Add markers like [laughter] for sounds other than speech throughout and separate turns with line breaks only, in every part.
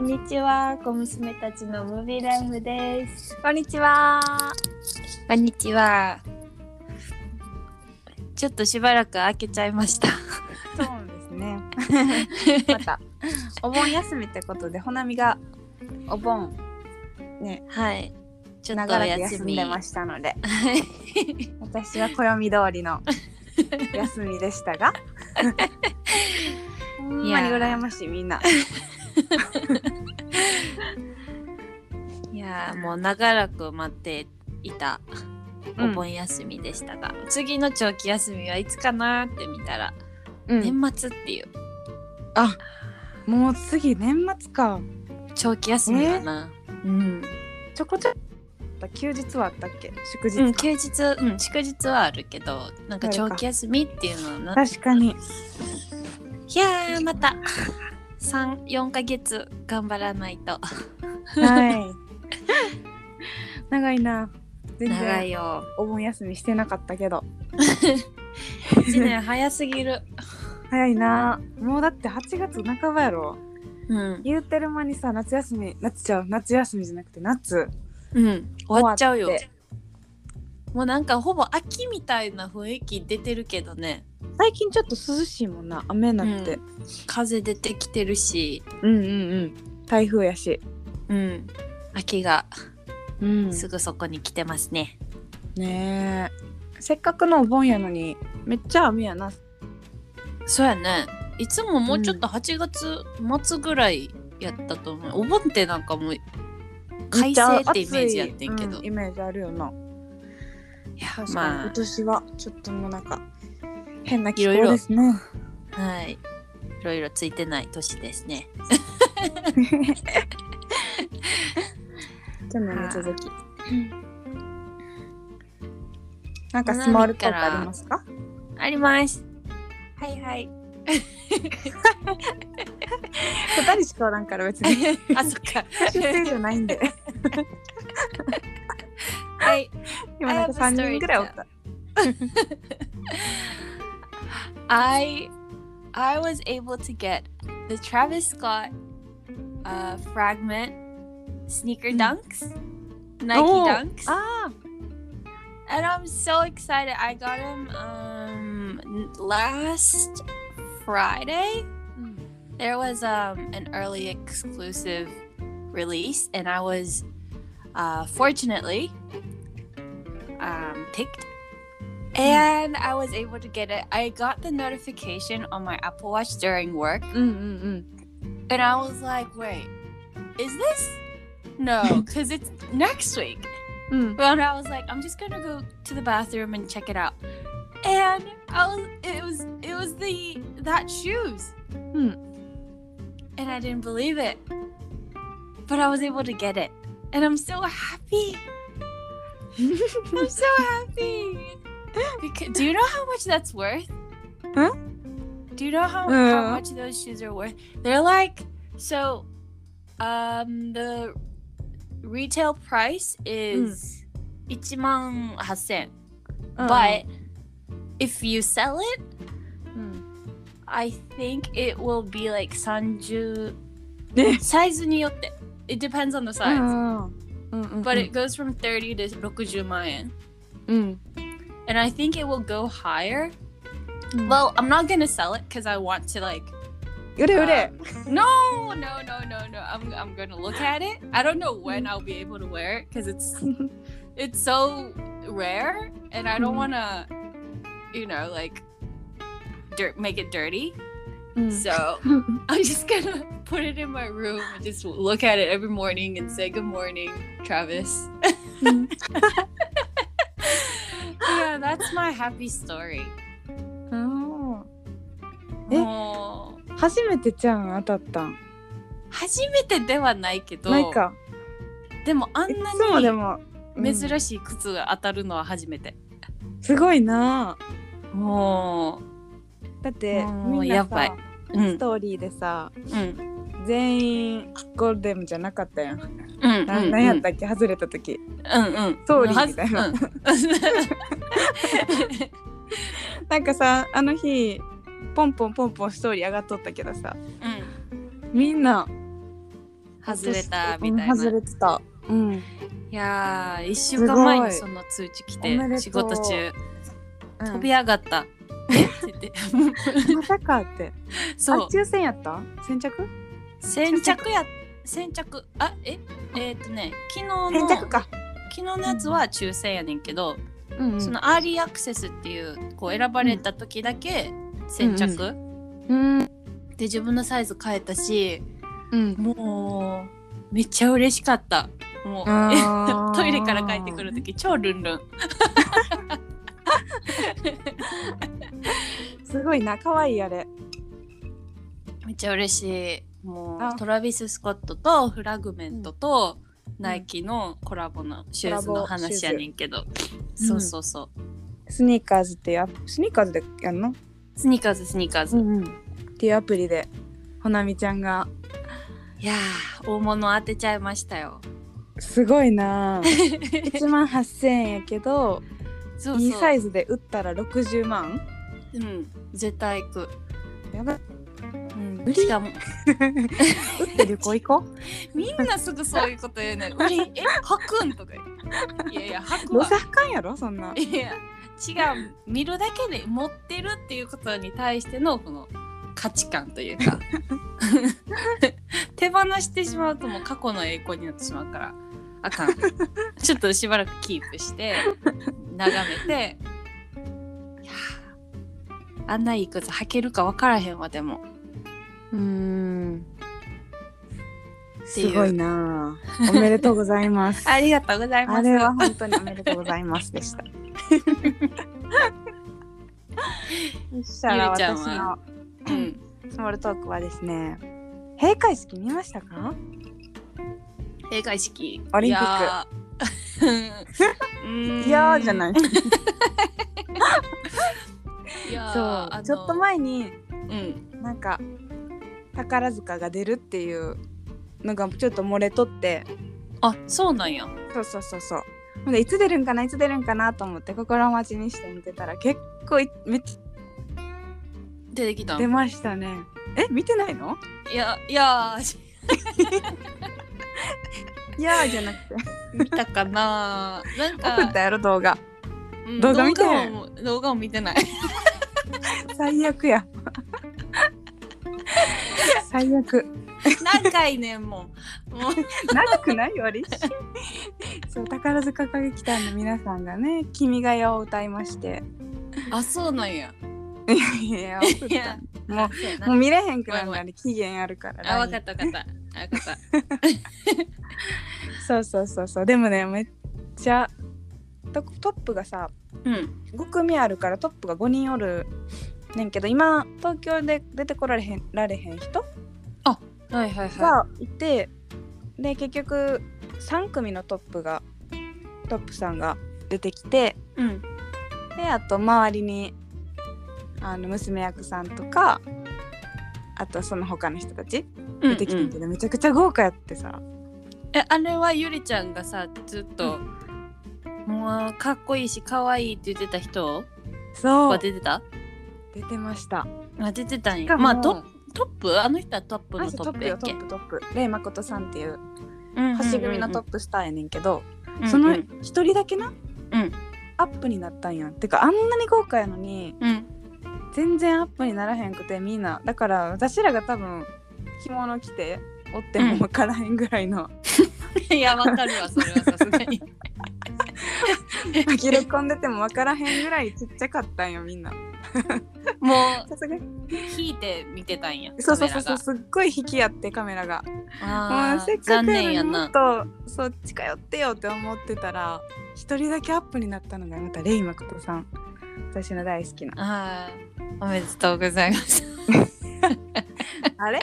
にちは、小娘たちのムービーライフです。
こんにちは。
こんにちは。ちょっとしばらく開けちゃいました。
そうですね。
[laughs]
またお盆休みってことで、ほなみがお盆ね
はい。ちょっと
長
お
らく
休
休
み。
んでましたので、私は暦通りの休みでし
[laughs]
たが、ほんまに羨ましいみんな。
いやーもう長らく待っていたお盆休みでしたが、次の長期休みはいつかなーって見たら、
うん
年末っていう
あ、もう次年末か。
長期休みだな。うん。
ちょこちょこ休日はあったっけ？祝
うん、
日か。
休日、うん、祝日はあるけど、なんか長期休みっていうのはな。
確
[laughs]
かに。
いやー、また。三、四ヶ月頑張らないと。
はい。長いな。全
長
然
いよ。
お盆休みしてなかったけど。
一年早すぎる。
早いな。もうだって8月半ばやろ。
うん。
言うてる間にさ、夏休み、夏ちゃう、夏休みじゃなくて夏。
うん。終わっちゃうよ
終わ。って
もうなんかほぼ秋みたいな雰囲気出てるけどね。
最近ちょっと涼しいもんな、雨になって。
風出てきてるし、
うん、うん、うんうん台風やし。
うん、秋が
うん
すぐそこに来てますね。
ねえ。せっかくのお盆やのに、めっちゃ雨やな。
そうやね。いつももうちょっと8月末ぐらいやったと思う。お盆ってなんかもう快晴ってイメージやってんけ
め
ど。
ちゃ暑いうんイメージあるよな。
いや
確かに、
ま
今年はちょっともうなんか、変な気
いろい
候
ろ
ですね。
あはい。いろいろついてない年ですね。
去年
は
の
い
続き。なんかスモールトークありますか？
あります。はいはい。
二人しかおらんから別に
[laughs] あそっか。
出演者ないんで。
[laughs] はい。
今なんか三人ぐらいおった。
I I was able to get the Travis Scott uh, fragment sneaker dunks, Nike
Oh,
dunks,
あ
and I'm so excited. I got them um, last Friday.
あ。
There was um, an early exclusive release, and I was uh, fortunately um, picked. And I was able to get it. I got the notification on my Apple Watch during work,
うんうん
and I was like, wait, is this? No, because it's next week.
うん。うん。
Well, and I was like, I'm just gonna go to the bathroom and check it out. And I was, it was, it was the that shoes.
Hmm.
And I didn't believe it, but I was able to get it, and I'm so happy. I'm so happy. Because, do you know how much that's worth?
Huh?
Do you know how,
Uh.
how much those shoes are worth? They're like so. Um, the retail price is
Hmm.
18,000.
Um,
But if you sell it,
うん。
I think it will be like 30.
ね。
size によって. It depends on the
う
size.
んうんうん。
But it goes from 30 to 60 mayen.
うん。
And I think it will go higher. Well, I'm not going to sell it because I want to like
売れ売れ。
No, no, no, no, no. I'm I'm gonna look at it. I don't know when I'll be able to wear it because it's it's so rare, and I don't
Mhm.
wanna, you know, like dirt make it dirty.
うん。
[laughs] So I'm just gonna put it in my room and just look at it every morning and say good morning, Travis.
うん
[laughs] yeah, that's my happy story.
うんえ？
もう
初めてちゃん当たったん。
初めてではないけど、
ないか。
でもあん
い
な
つもで
に
も
珍しい靴が当たるのは初めて。
うんすごいな。
も
だって
もう
みんな
やばい
さ
う、うん、
ストーリーでさ
うん、
全員ゴールデンじゃなかったやん。
うん、
な
うん
ん、なんやったっけ外れた時
うん、うん、
ストーリーみたいな
うん
なんかさあの日ポンポンポンポンストーリー上がっとったけどさみんな
外れたみたいな
私うん外れてた。うん。
いやー1週間前に
す
そ
ご
の通知来
おめでと
て
う
仕事中
うん
飛び上が
[laughs]
った、って言って
まさかって。
そ
あ
う
抽選やった？先着？
先着や先着あええー、っとね昨日の
先着か。
昨日のやつは抽選やねんけど、
うんうん
そのアーリーアクセスっていうこう選ばれた時だけ先着、
ううん
で自分のサイズ変えたし
うん。
もうめっちゃ嬉しかったもう、
[laughs] あー
トイレから帰ってくる時超ルンルン
すごいな可愛いあれ
めっちゃ嬉しいも
あ
うトラビス・スコットとフラグメントと、ナイキのコラボのシューズの話やねんけど、
ズ
そうそうそう、
スニーカーズっていうアプスニーカーズでやんの
スニーカーズスニーカーズ、
んうんっていうアプリでほなみちゃんが
いやー大物当てちゃいましたよ
すごいな
[laughs]
1万8000円やけど
そうそう
いいサイズで売ったら60万
うん絶対行く、
やば
うん、
無理
しかも
売って旅行行こ
みんなすぐそういうこと言うねん。売りえ、はくんとか言う。いやいや、は
う [laughs]
く
どう
わ
せ。あかんやろそんない
や、違う。見るだけで持ってるっていうことに対してのこの価値観という
[laughs]
か。手放してしまうともう過去の栄光になってしまうから、あかん。ちょっとしばらくキープして、眺めて。いやーあんないい靴履けるか分からへんわ、でも。
うん
ていう
すごいなおめでとうございま [laughs] す
ありがとうございます。
あれは本当におめでとうございますで [laughs] した。そしたら
ゆりちゃん
私
は
の
うん。
スモールトークはですね、閉会式見ましたか？
閉会式
オリンピック
ッ
いやーじゃないい。
いやー
そ
あの
う、ちょっと前に
うん
なんか宝塚が出るっていうのがちょっと漏れとって、
あそうなんや
そうそうそうそう。ほんでいつ出るんかないつ出るんかなと思って心待ちにして見てたら結構いめっち
出てきた
ゃ
ん
出ましたね。え見てないの？
いやいやー
いやーじゃなくて
見たかな
[laughs]
なんか
送ったやろ動画。
うん
動画見て
動画も動画も見てない
[laughs] 最悪や。最悪。
何回ねんもうもう
長くないより。そう宝塚歌劇団の皆さんがね「君が代」を歌いまして
あそうなんや
いや送っ
いや
たもう
そうやな
もう見れへんくなるから期限あるから
あ分かった分かった分かっ
そうそうそうそうでもねめっちゃトトップがさ
たうん
5組あるからトップが5人おるねんけど今東京で出てこられへんられへん人
はいはいは
がいて、で結局3組のトップがトップさんが出てきて
いうん
であと周りにあの娘役さんとかあとその他の人たち出てきて
うんん
け
うん
ど、めちゃくちゃ豪華やってさ
えあれはゆりちゃんがさずっと、もうかっこいいし可愛いって言ってた人
そ
は
う
出てた
出てました
あ出てたん
し
や
かも
まあトトップあの人はトップ
あ
の
そ
ト
うト
ッ
ッ
プ
プ
や
よ
っ
ト
け
ップトップレイマコトさんっていう
星
星組のトップスターやねんけど、
プ
その一人だけな、
うん
アップになったんやんてかあんなに豪華やのに
うん
全然アップにならへんくてみんなだから私らが多分着物着ておっても分からへんぐらいの、
[laughs] いやわかるわそれはさすがに
紛れ込んでても分からへんぐらいちっちゃかったんよみんな
[laughs] も
さすが
う引いて見てたんや
そうそうそうそう
カ
すっごい引き合ってカメラがも
メラがあ
うせっ
ー
か
残
くやの
念
に
や
も
な
っとそう近寄ってよって思ってたら一人だけアップになったのがまたレイマコトさん私の大好きな
あーおめでとうございます
あれ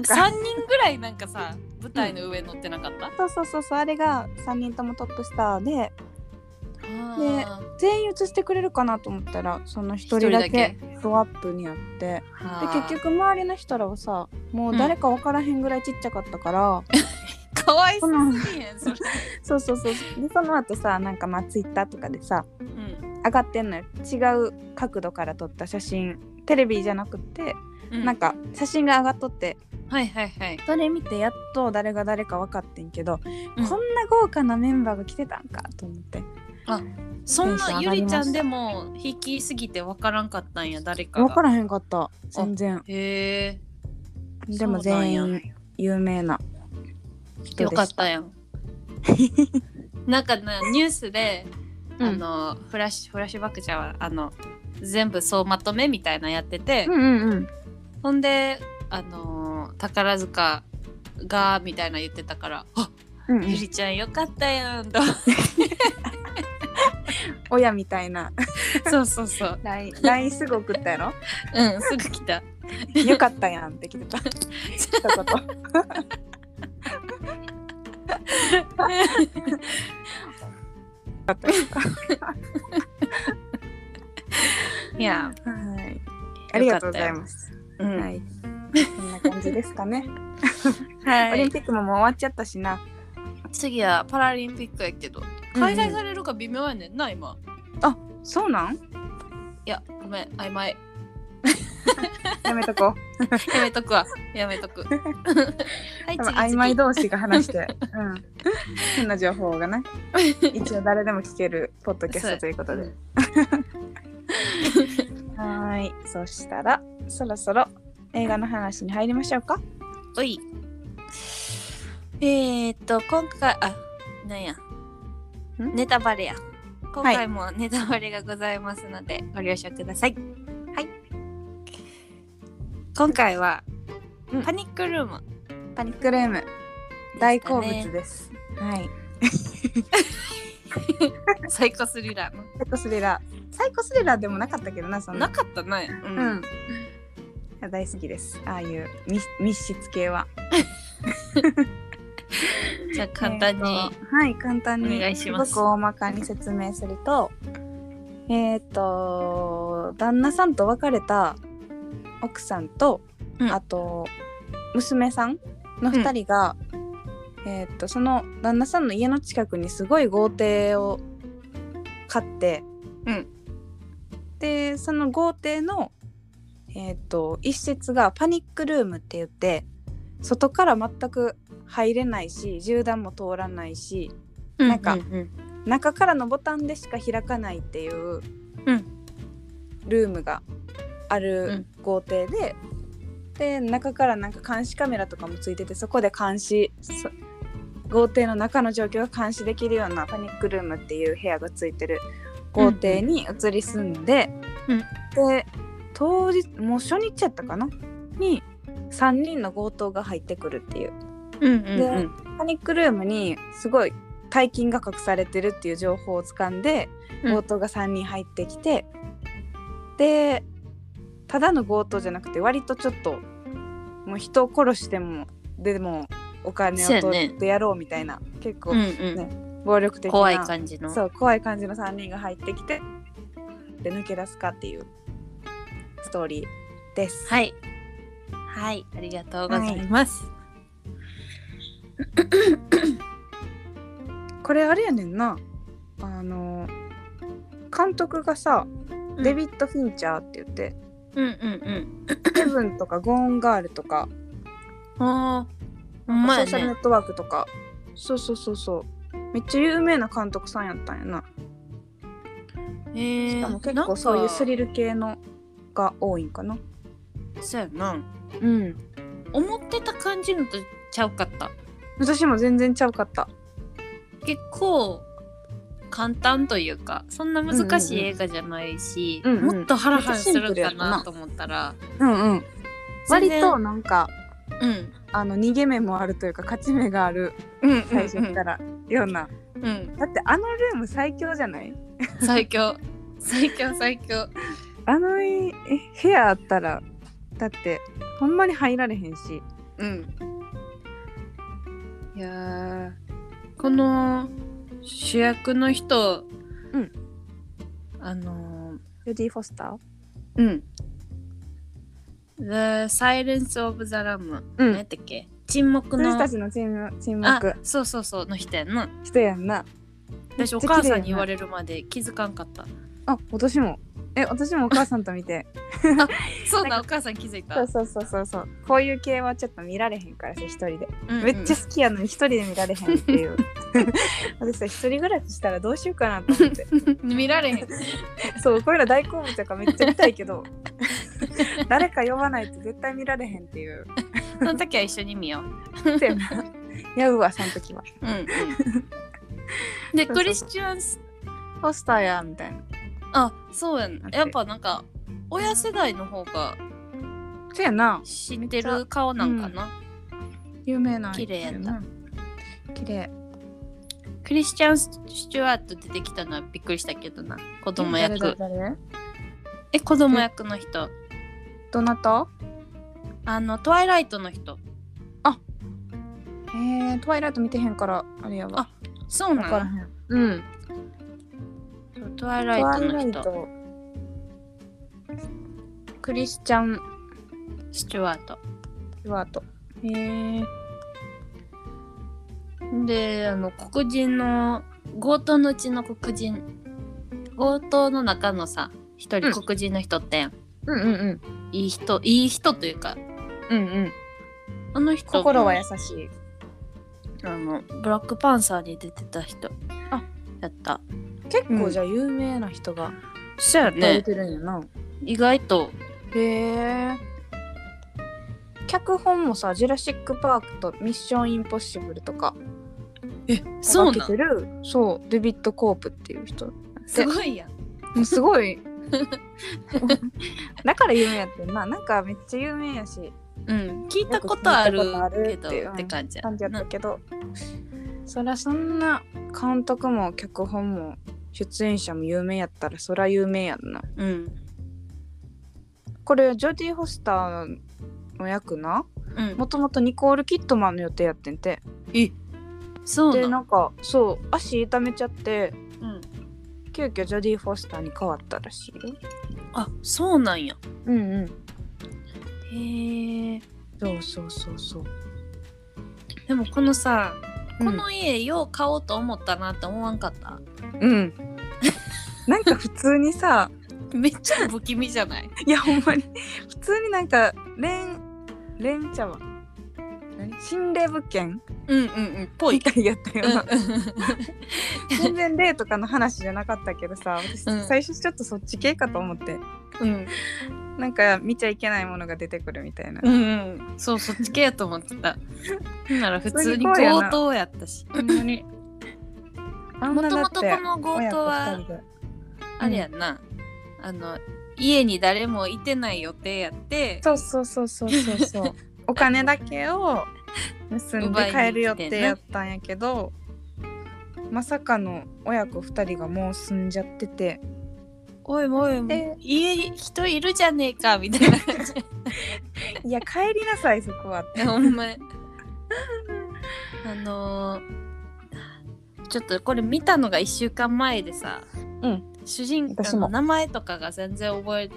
[laughs] なん
ん
か
か
3人ぐらいなんかさ舞台の上乗ってなかった、
そうそうそうそうあれが3人ともトップスターで
あー
全員映してくれるかなと思ったらその一人だけドアップにあってで
あー
結局周りの人らはさもう誰か分からへんぐらいちっちゃかったから、
かわい [laughs] そうすぎへんそれ、
そうそうそうでその後さなんかまあツイッターとかでさ
うん
上がってんのよ違う角度から撮った写真テレビじゃなくて
うん
なんか写真が上がっとって
はいはいはい
それ見てやっと誰が誰か分かってんけど、
うん
こんな豪華なメンバーが来てたんかと思って
そんな
テンション上
ゆ
がり
り
ま
ち
した
ゃんでも引きすぎてわからんかったんや誰かが
分からへんかった全然
へえ
でも全員有名な人でした
よかったやん [laughs] なんかなニュースで、
うん
あのフラッシュフラッシュバックじゃんあの全部総まとめみたいなやってて、
うんうんうん
ほんであのー宝塚がみたいな言ってたから「あ
うんう
ゆ
ん
りちゃんよかったや
[laughs]
ん」と
親みたいな
そうそうそう
[laughs] LINE LINE すぐ送ったやろ
うんすぐ来
[laughs]
た
よかったやんって来て
[laughs]
た一言
いや、
はいありがとうございます
うん
は
はい、
いこんな感じですか
[laughs]
ね、オリンピックももう終わっちゃったしな
次はパラリンピックやけど開催されるか微妙やねんな今
そうなん
いやごめん曖昧
やめとこう
やめとくわやめと
[laughs]
くはい次
多分
次
曖昧同士が話 [laughs] して、うん、変な情報がね一応誰でも聞けるポッドキャストということで [laughs] はーいそしたらそろそろ映画の話に入りましょうか
おいえー、っと今回あなんやネタバレや今回もネタバレがございますので、ご了承くださいはい今回は、
うん
パニックルーム
パニックルーム大好物です、はい
サイコスリラーの
サイコスリラーサイコスリラーでもなかったけどなそん
な
な
かったなうん、
うん大好きですああいう密密室系は
じゃあ簡単に、
えーとはい簡単に
お願いします
ごく大まかに説明するとえっ、と旦那さんと別れた奥さんと、
うん
あと娘さんの2人が、えっ、とその旦那さんの家の近くにすごい豪邸を買って、
うん
でその豪邸のえっ、と一室がパニックルームって言って外から全く入れないし銃弾も通らないしなんか
うんうん
中からのボタンでしか開かないっていう
うん
ルームがある豪邸で、で中からなんか監視カメラとかもついててそこで監視そ豪邸の中の状況が監視できるようなパニックルームっていう部屋がついてる豪邸に移り住んで、
うん
で当日もう初日やったかなに3人の強盗が入ってくるっていう
うんうんうんうん
パニックルームにすごい大金が隠されてるっていう情報をつかんで
うん
強盗が3人入ってきて、でただの強盗じゃなくて割とちょっともう人を殺してもでもお金を
そうやね
取ってやろうみたいな、結構
うん
ね暴力的な
怖い感じの
そう怖い感じの3人が入ってきてで抜け出すかっていうストーリーです。
はいはいありがとうございます、
これあれやねんなあの監督がさ、
うん
デビッド・フィンチャーって言って
うんうん
「セブン」とか「ゴーン・ガール」とか
うんあーほ
「
んま
ソ
や
ーシャルネ
ね
ットワーク」とかそうそうそうそうめっちゃ有名な監督さんやったんやな、
えー
しかも結
なん
構
か
そういうスリル系のが多いんかな
そうやな
うん
思ってた感じのとちゃうかった
私も全然ちゃうかった
結構簡単というかそんな難しい映画じゃないし、
うんうんうん
もっとハラハラするんかなと思ったら
うんうん割
全
と
然
なんか
うん
あの逃げ目もあるというか勝ち目がある
うん
最初からような、
うんうん
だってあのルーム最強じゃない
最強最強最強
あのい部屋あったらだってほんまに入られへんし
うんいやーこの主役の人、
うん
あのー
ジョディ・フォスター
うん。The Silence of the Lamb、
う
何やったっけ沈黙の
私たちのチーム沈
あ
黙
そうそうそうの人やんな
人やんな
私
め
お
っちゃ綺麗
母さ
やな
んに言われるまで気づかんかった [laughs]
あ私もえ私もお母さんと見て
そうだお母さん気づいた
そうそうそうそうそうこういう系はちょっと見られへんからさ一人で、
うんうん
めっちゃ好きやのに一人で見られへんっ
[laughs]
ていう私さ一人暮らししたらどうしようかなと思って
[laughs] 見られへん
そうこういうの大好物だからめっちゃ見たいけど [laughs] 誰か呼ばないと絶対見られへんっていう
その時は一緒に見よう
そう
[laughs]
やな [laughs] やうわその時は
うんうんで
そう
クリスチャンス
ポスターやみたいな
あそうやん
って
やっぱなんか親世代の方が
そうやな
知ってる顔なんかな、
有名な
綺麗やった
綺麗
クリスチャン・スチュワート出てきたのはびっくりしたけどな子供役
誰誰誰
え子供役の人
どなた
あのトワイライトの人
えー、トワイライト見てへんからあれやわ
あそう
わから
な
へんうん
のトワイ
ト
ライ
ワ
ト
イラ
の
イ
人
トクリスチャン・
スチュワート
スチュワートへえ
であの黒人の強盗のうちの黒人強盗の中のさ一
う
人
ん
黒人の人って、
うんうんうん
いい人いい人というか
うんうん
あの人
心は優しい
あのブラックパンサーに出てた人
あ
やった
結
う
構
ん
じゃあ有名な人が
そうや
出てるんやな、
意外と
へえ脚本もさ「ジュラシック・パーク」と「ミッション・インポッシブル」とか
え
手がけてるそうデビッド・コープっていう人も
すごいやん
うすごいだから有名やってんななんかめっちゃ有名やし
うん聞いたことある
よく聞いたことある
けど
っていう
って感じや
感じやったけどそりゃそんな監督も脚本も出演者も有名やったらそりゃ有名やんな
うん
これジョディ・ホスターの役な
うん
もともとニコール・キットマンの予定やってんて
えそう
で
な
なんかそう足痛めちゃって
うん
急遽ジョディ・フォスターに変わったらしいよ
あそうなんや
うんうん
へえ
そうそうそうそう
でもこのさ
うん
この家よう買おうと思ったなって思わんかった、
うんなんか普通にさ
めっちゃ不気味じゃない
[laughs] いやほんまに普通になんか連連茶は心霊物件
うんうんうんぽ
み
い
たいやったよ
うん
な、全然霊とかの話じゃなかったけどさ私
うん
最初ちょっとそっち系かと思って
うん
なんか見ちゃいけないものが出てくるみたいな、
うんうんそうそっち系やと思ってたなら普通に
普通にこうや
強
な
盗やったし
ほんまにあん
も
な
と
だ
も
っ
と
て
この強
親子
盗
2
は
人で
あれやんな、あの家に誰もいてない予定やって
そうそうそうそうそうそう
[laughs]
お金だけを盗んで帰る予定やったんやけどまさかの親子2人がもう住んじゃってて
おいおいもう
え
家に人いるじゃねえかみたいな感じ
「いや帰りなさいそこは」って
ほんまあのーちょっとこれ見たのが1週間前でさ、
うん
主人公
私も
の名前とかが全然覚え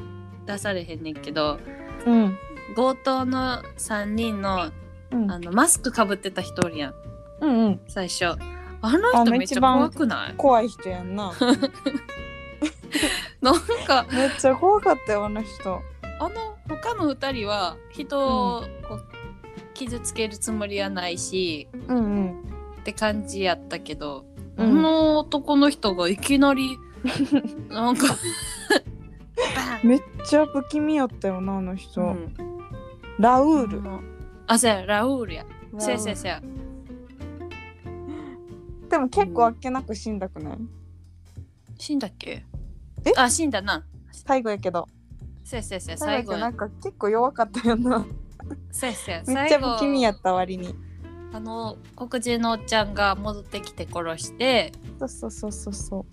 出されへんねんけど
うん
強盗の3人の
うん
あのマスクかぶってた人おるやん
うんうん
最初あの
あ
人めっちゃ
一番
怖くない
怖い人や
[laughs]
んな
なんか
めっちゃ怖かったよあの人
あの他の2人は人をこう傷つけるつもりはないし、
うんうん
って感じやったけど、
う
あ
ん
の男の人がいきな
[laughs]
りなんかバン
めっちゃ不気味やったよなあの人、
うん
ラウール、
あそうやラウールや
ラウール
せやせやせや
でも結構あっけなく死んだくない
死んだっけ
え
あ死んだな
最後やけど
せやせやせや最
最後
後
やけどなんか結構弱かったよ
[laughs]
な
せやせや
めっちゃ
最
不気味
後
やった割に
あの黒人のおっちゃんが戻ってきて殺して
そうそうそうそうそ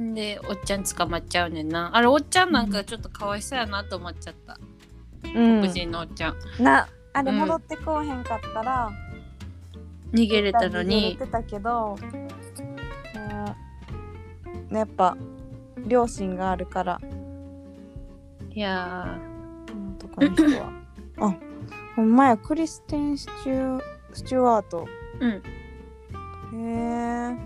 んでおっちゃん捕まっちゃうねんなあれおっちゃんなんかちょっとかわいそうやなと思っちゃった、
う、
黒人のおっちゃん
なあれ
うん
戻ってこうへんかったら、
逃げれたのに
一旦逃げれてたけど、うんね、やっぱ両親があるから
いや
男の人
[laughs]
はあほんまやクリステン・スチュスチュワート
ーうん
へえ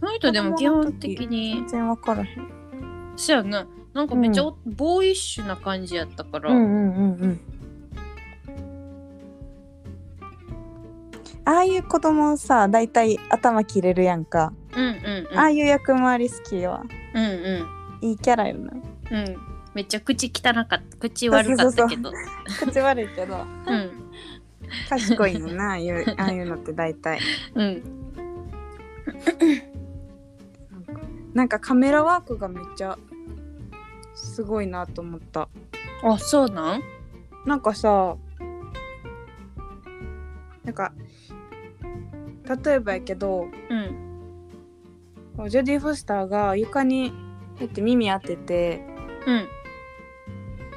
この人でも基本的に
全然分からへん
そうやな
なんかめっちゃお、ボーイッシュな感じやったから、
うんうんうんうん。
ああいう子供さだいたい頭切れるやんか、
うんうんうん
ああいう役回り好きは
うんうん
いいキャラよな
うんめっちゃ口汚かった口悪かったけど
口悪い
[laughs]
けど
うん
賢いのなああいうああいうのってだいたい
うん
なんかカメラワークがめっちゃすごいなと思った
あそうなん
なんかさなんか例えばやけど
うん
ジョディ・フォスターが床にこうやって耳当てて
うん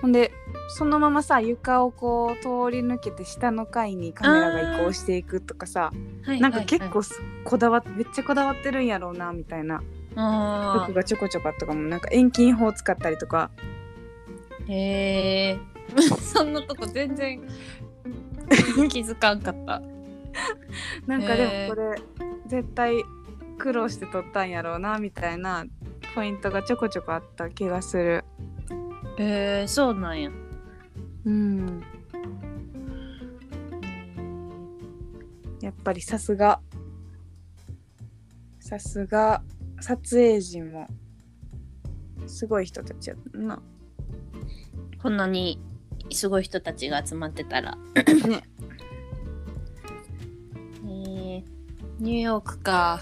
ほんでそのままさ床をこう通り抜けて下の階にカメラが移行していくとかさ
はい
なんか
はい
結
はい
構すこだわってめっちゃこだわってるんやろうなみたいな
あ
僕がちょこちょこあったかもなんか遠近法使ったりとか
ーへえそんなとこ全然気づかんかった
なんかで
へー
もこれ絶対苦労して撮ったんやろうなみたいなポイントがちょこちょこあった気がする。
へえそうなんや
うんやっぱりさすがさすが撮影陣もすごい人たちやったな。
こんなにすごい人たちが集まってたら
ね、
へー
ニューヨークか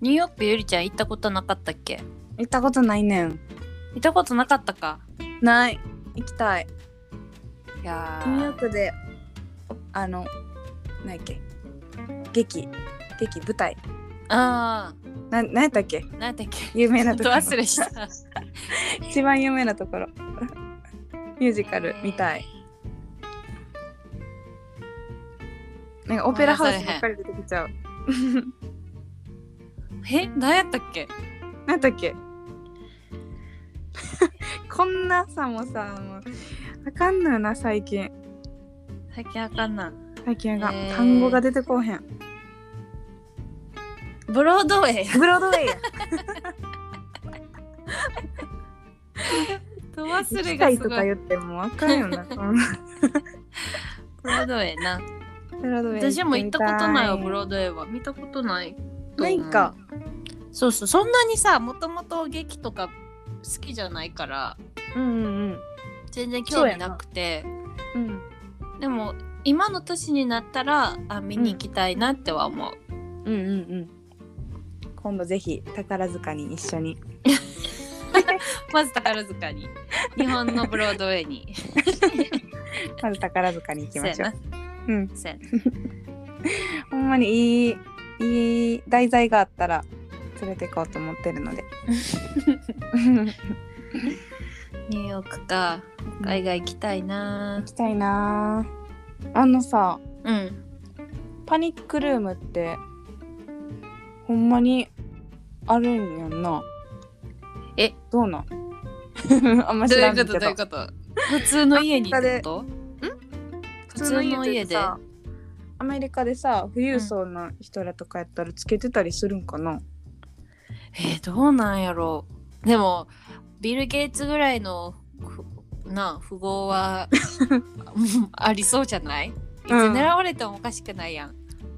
ニューヨークゆりちゃん行ったことなかったっけ
行ったことないねん。
行ったことなかったか
ない行きたい。
いや
ニューヨークであの何やっけ劇劇舞台
ああ
な何やったっけ
何やったっけ
有
ち
名
ょ
な
っ
と
と
ころ
忘れした
一番有名なところミュージカルみたいなんかオペラハウスばっかり出てきちゃう
え何やったっけ
なんだっけ [laughs] こんなさもさもうあかんのよな最近
最近あかんな
最近が、
へー
単語が出てこうへん
ブロードウェイ
ブロードウェイや
と忘
行
れ
き
が
た
す
いと
ご
か
い
言ってもあかんよなこんな
ブロードウェイな
ブロードウェイ
私も行ったことないよブロー
ド
ドウェイは見たことない
ないんか
そうそうそんなにさもともと劇とか好きじゃないから
うんうん
全然興味なくて
うんうん
でも今の年になったらあ見に行きたいなっては思う、
うんうんうん。今度ぜひ宝塚に一緒に。
まず宝塚
[laughs]
に日本のブロードウェイに
まず宝塚に行きましょう。うん。
そうやな
ほんまにいい、いい題材があったら連れて行こうと思ってるの [laughs] で。
ニューヨークか海外行きたいな
行きたいなぁあのさ、
うん
パニックルームって、ほんまにあるんやんな。
え
どうなん [laughs] あんま
どう
知
い
ら
うんこ
け
と
ど
どういうこと普通の家にってこと
普
普通の家で
さアメリカでさ富裕層の人らとかやったらつけてたりするんかな、
えー、どうなんやろうでもビル・ゲイツぐらいのふなあ富豪は [laughs] うんありそうじゃないいつ
うん
狙われてもおかしくないやん、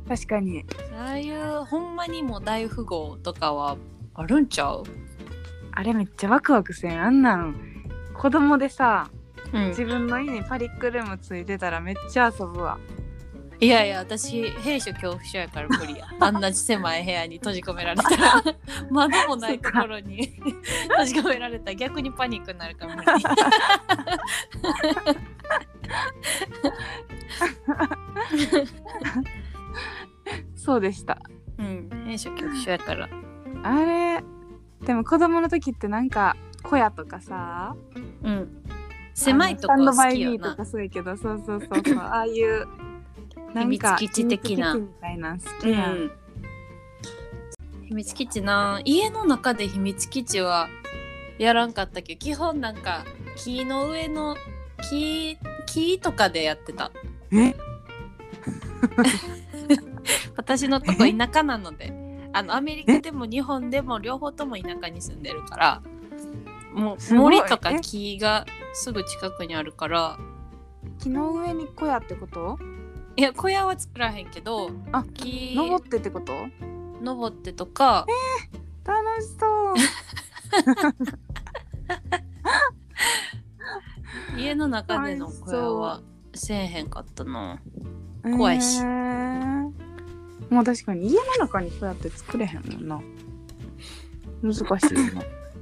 確かに
ああいうほんまにもう大富豪とかはあるんちゃう
あれめっちゃワクワクせんあんなん子供でさ
うん
自分の家にパニックルームついてたらめっちゃ遊ぶわ
いやいや私閉所恐怖症やから無理やあんな狭い部屋に閉じ込められたら窓もないところに閉じ込められたら逆にパニックになるから無理
そうでした
うん
閉所恐怖症やから
あれでも子供の時ってなんか小屋とかさ
うん狭いとこ
あのスタ
好
ンドバイ
きよ
ミーと
な
かそうやけどそうそうそう
[laughs]
そうああいうな
秘密基地的な
秘密基地みたいなん好
う
きやん、
ん
秘密基地な家の中で秘密基地はやらんかったけど基本なんか木の上の木木とかでやってた
え
[laughs] 私のとこ田舎なのであのアメリカでも日本でも両方とも田舎に住んでるからもう
すごい
森とか木がすぐ近くにあるから
木の上に小屋ってこと
いや小屋は作らへんけど
あ
木
登ってってこと
登ってとか
楽しそう
家の中での小屋はせえへんかったな [laughs] 怖いし
えーまあ確かに家の中に小屋って作れへんもんな難しいよ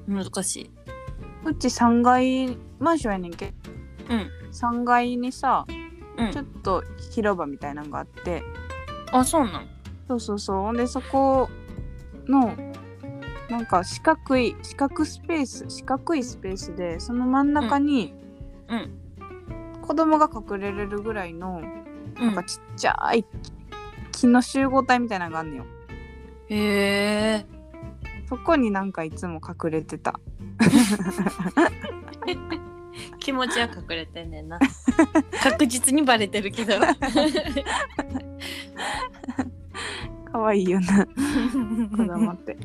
[laughs]
な
難しいう
ち3階マンションやねんけど、
うん
3階にさ、
うん
ちょっと広場みたいなのがあって
あそうなん
そうそうそうほんでそこのなんか四角い四角スペース四角いスペースでその真ん中に、
うん
子供が隠れれるぐらいの
う
なんかちっちゃい木の集合体みたいなのがあんのよ
へえ
そこになんかいつも隠れてた
気持ちは隠れてんねんな [laughs] 確実にバレてる
[laughs]
けど
可愛いよな子供 [laughs] って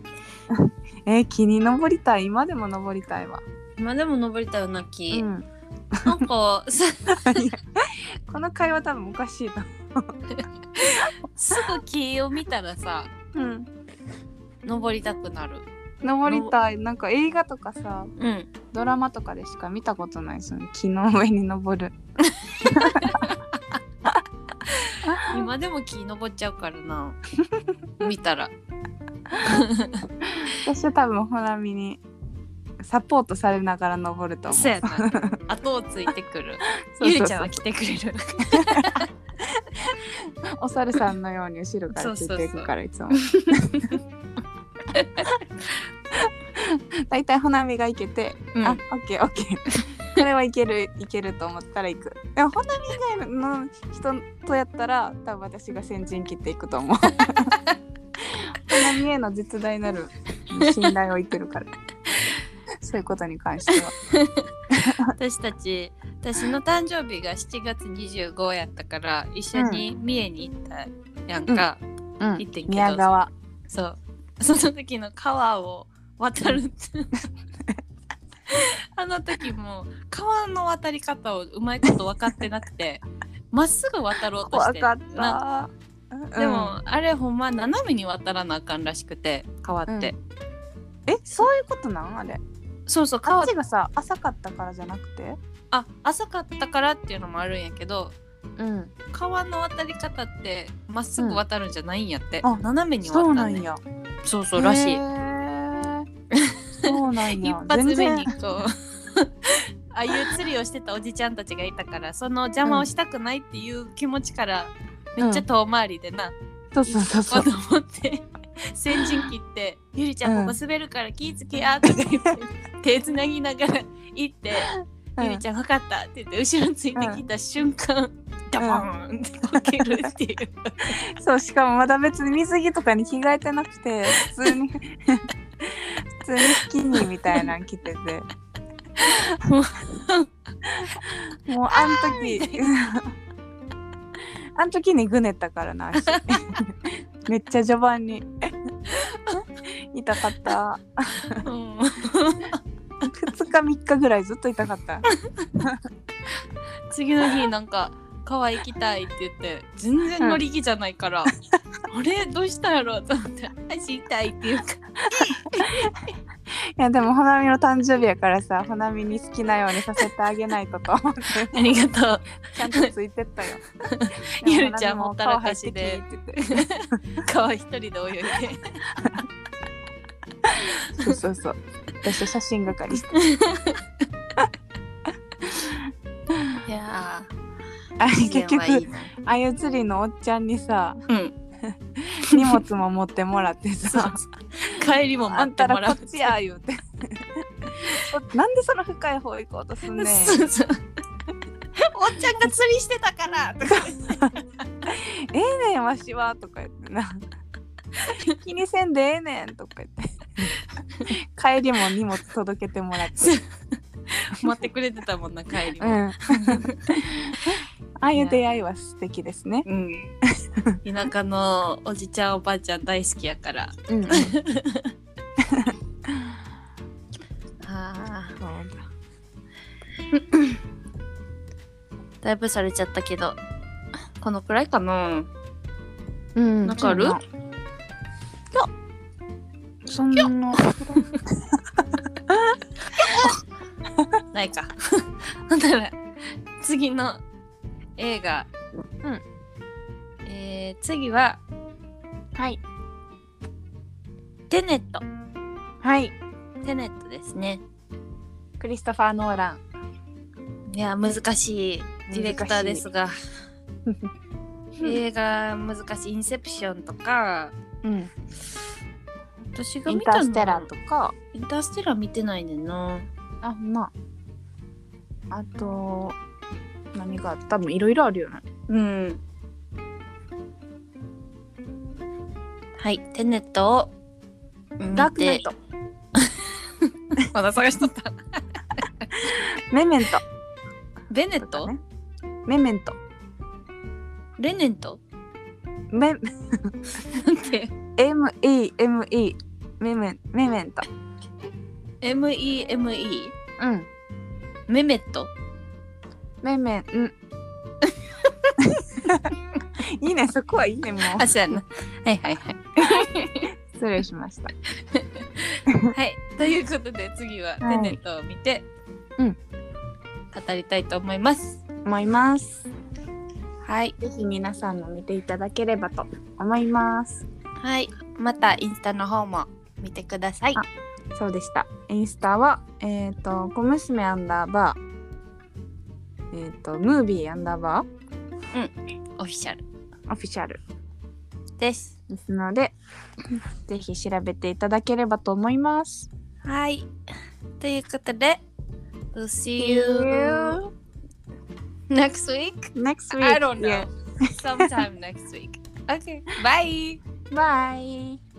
えー木に登りたい今でも登りたいわ、
まあでも登りたいよな
う
木、
ん、
なんかす
この会話多分おかしいな
すぐ木を見たらさ
うん
登りたくなる
登りたいなんか映画とかさ
うん
ドラマとかでしか見たことないその木の上に登る
今でも木登っちゃうからな
[laughs]
見たら
私は多分ほなみにサポートされながら登ると思う
そうやな [laughs] 後をついてくる
[laughs] そうそうそう
ゆりちゃんは来てくれる
お猿さんのように後ろからついていくからいつも。だいたい花見が行けて、
うん
あ、オッケーオッケー。これはいけるいけると思ったら行く。でも花見以外の人とやったら多分私が先陣切っていくと思う。花見への絶大なる信頼を言ってるから。そういうことに関しては。
私たち私の誕生日が7月25やったから一緒に三重に行ったやんか、
うん
行ってんけど
宮川。
そうその時の川を渡
[laughs]
るってあの時も川の渡り方をうまいこと分かってなくてまっすぐ渡ろうとし
怖
て
かっ
な
た。
でも、あれほんま斜めに渡らなあかんらしくて川って、
うん、え、そういうことなんあれ。
そうそう
こ
川
っちがさ浅かったからじゃなくて
あ浅かったからっていうのもあるんやけど
うん
川の渡り方ってまっすぐ渡るんじゃないんやって、
うんあ
斜めに
そう
渡
な
る
んや
そうそうらし
へ
い
ーそうなん
[laughs] 一
や
発
全
目
然
にこうああいう釣りをしてたおじちゃんたちがいたからその邪魔をしたくないっていう気持ちから
うん
めっちゃ遠回りでな、
そう
い
そうそう
こ
そう
と思って [laughs] 先陣切って「ゆりちゃ
うんん
ここ滑るから気ぃつけや」とか言って手つなぎながら行って「ゆりちゃん分かった」って言って後ろついてきた瞬間ダボーンってこけるって
[laughs]
いう。 [laughs]
うんそうしかもまだ別に水着とかに着替えてなくて普通に [laughs] 普通にスキニーみたいなの着てて
も
もうあん
[laughs]
時あん時にぐねったからな
[laughs]
足めっちゃ序盤に痛かった
うん
2日3日ぐらいずっと痛かった
次の日なんか川行きたいって言って全然乗り気じゃない [laughs] から、あれどうしたんやろうと思って足痛いっていうか
いやでも花見の誕生日やからさ花見に好きなようにさせてあげないとと思って
ありがとう
ちゃんとついてったよ
[laughs] ゆるちゃんほったらかしで
でも花見も顔入ってきって言って
川一人で泳いで
てそうそうそう私と写真係して
いや
あ
ー
結
自然はいい
局
な
ああいう釣りのおっちゃんに
[laughs]
さ
うん
荷物も持ってもらってさ
帰りも
あ
待っ
ん
て
た
も
ら
ら
こ
う
っちや言うて [laughs] なんでその深い方行こうとすんねん
そうそうおっちゃんが釣りしてたからとか
ええねんわしはとか言ってな気にせんでええねんとか言って帰りも荷物届けてもらって
[laughs] 待ってくれてたもんな帰り [laughs]
う
も、
んああいう出会いは素敵ですね
[laughs] うん、田舎のおじちゃんおばあちゃん大好きやから
うん
あーなんだだいぶされちゃったけどこのくらいかな
うん
なんかある
そなそんな
ないかほんなら次の映画
うん
えー、次は
はい
テネット
はい
テネットですね
クリストファー・ノーラン
いや難しいディレクターですが映画難しいインセプションとか
うん
私が
イン
見
タ
たの
ーステラーとか
インターステラー見てないねんな
あまああと何があった多分いろいろあるよね
うんはいテネットを見
ダーク
て
ナイト
[laughs] まだ探しとった
メメント
ベネッ
とか
ト、
ねメメント
レネント
メ
なんて
MEME メメンメメント
MEME
うん
メメット
メメン [laughs] うんいいねそこはいいねもう
あそうやなはいはいはい
失礼しました
はい、ということで次はテネットを見て、
うん
語りたいと思います。
思います
はい、
ぜひ皆さんも見ていただければと思います
はい、またインスタの方も見てください。
あそうでしたインスタはえっ、と小娘アンダーバーえっ、とムービーアンダーバー
オフィシャル
オフィシャル
です。
ですのでぜひ調べていただければと思います
はい、ということで、We'll see you next week.
next
[laughs]
week
I don't know. Sometime next week. Okay, bye.
Yeah. bye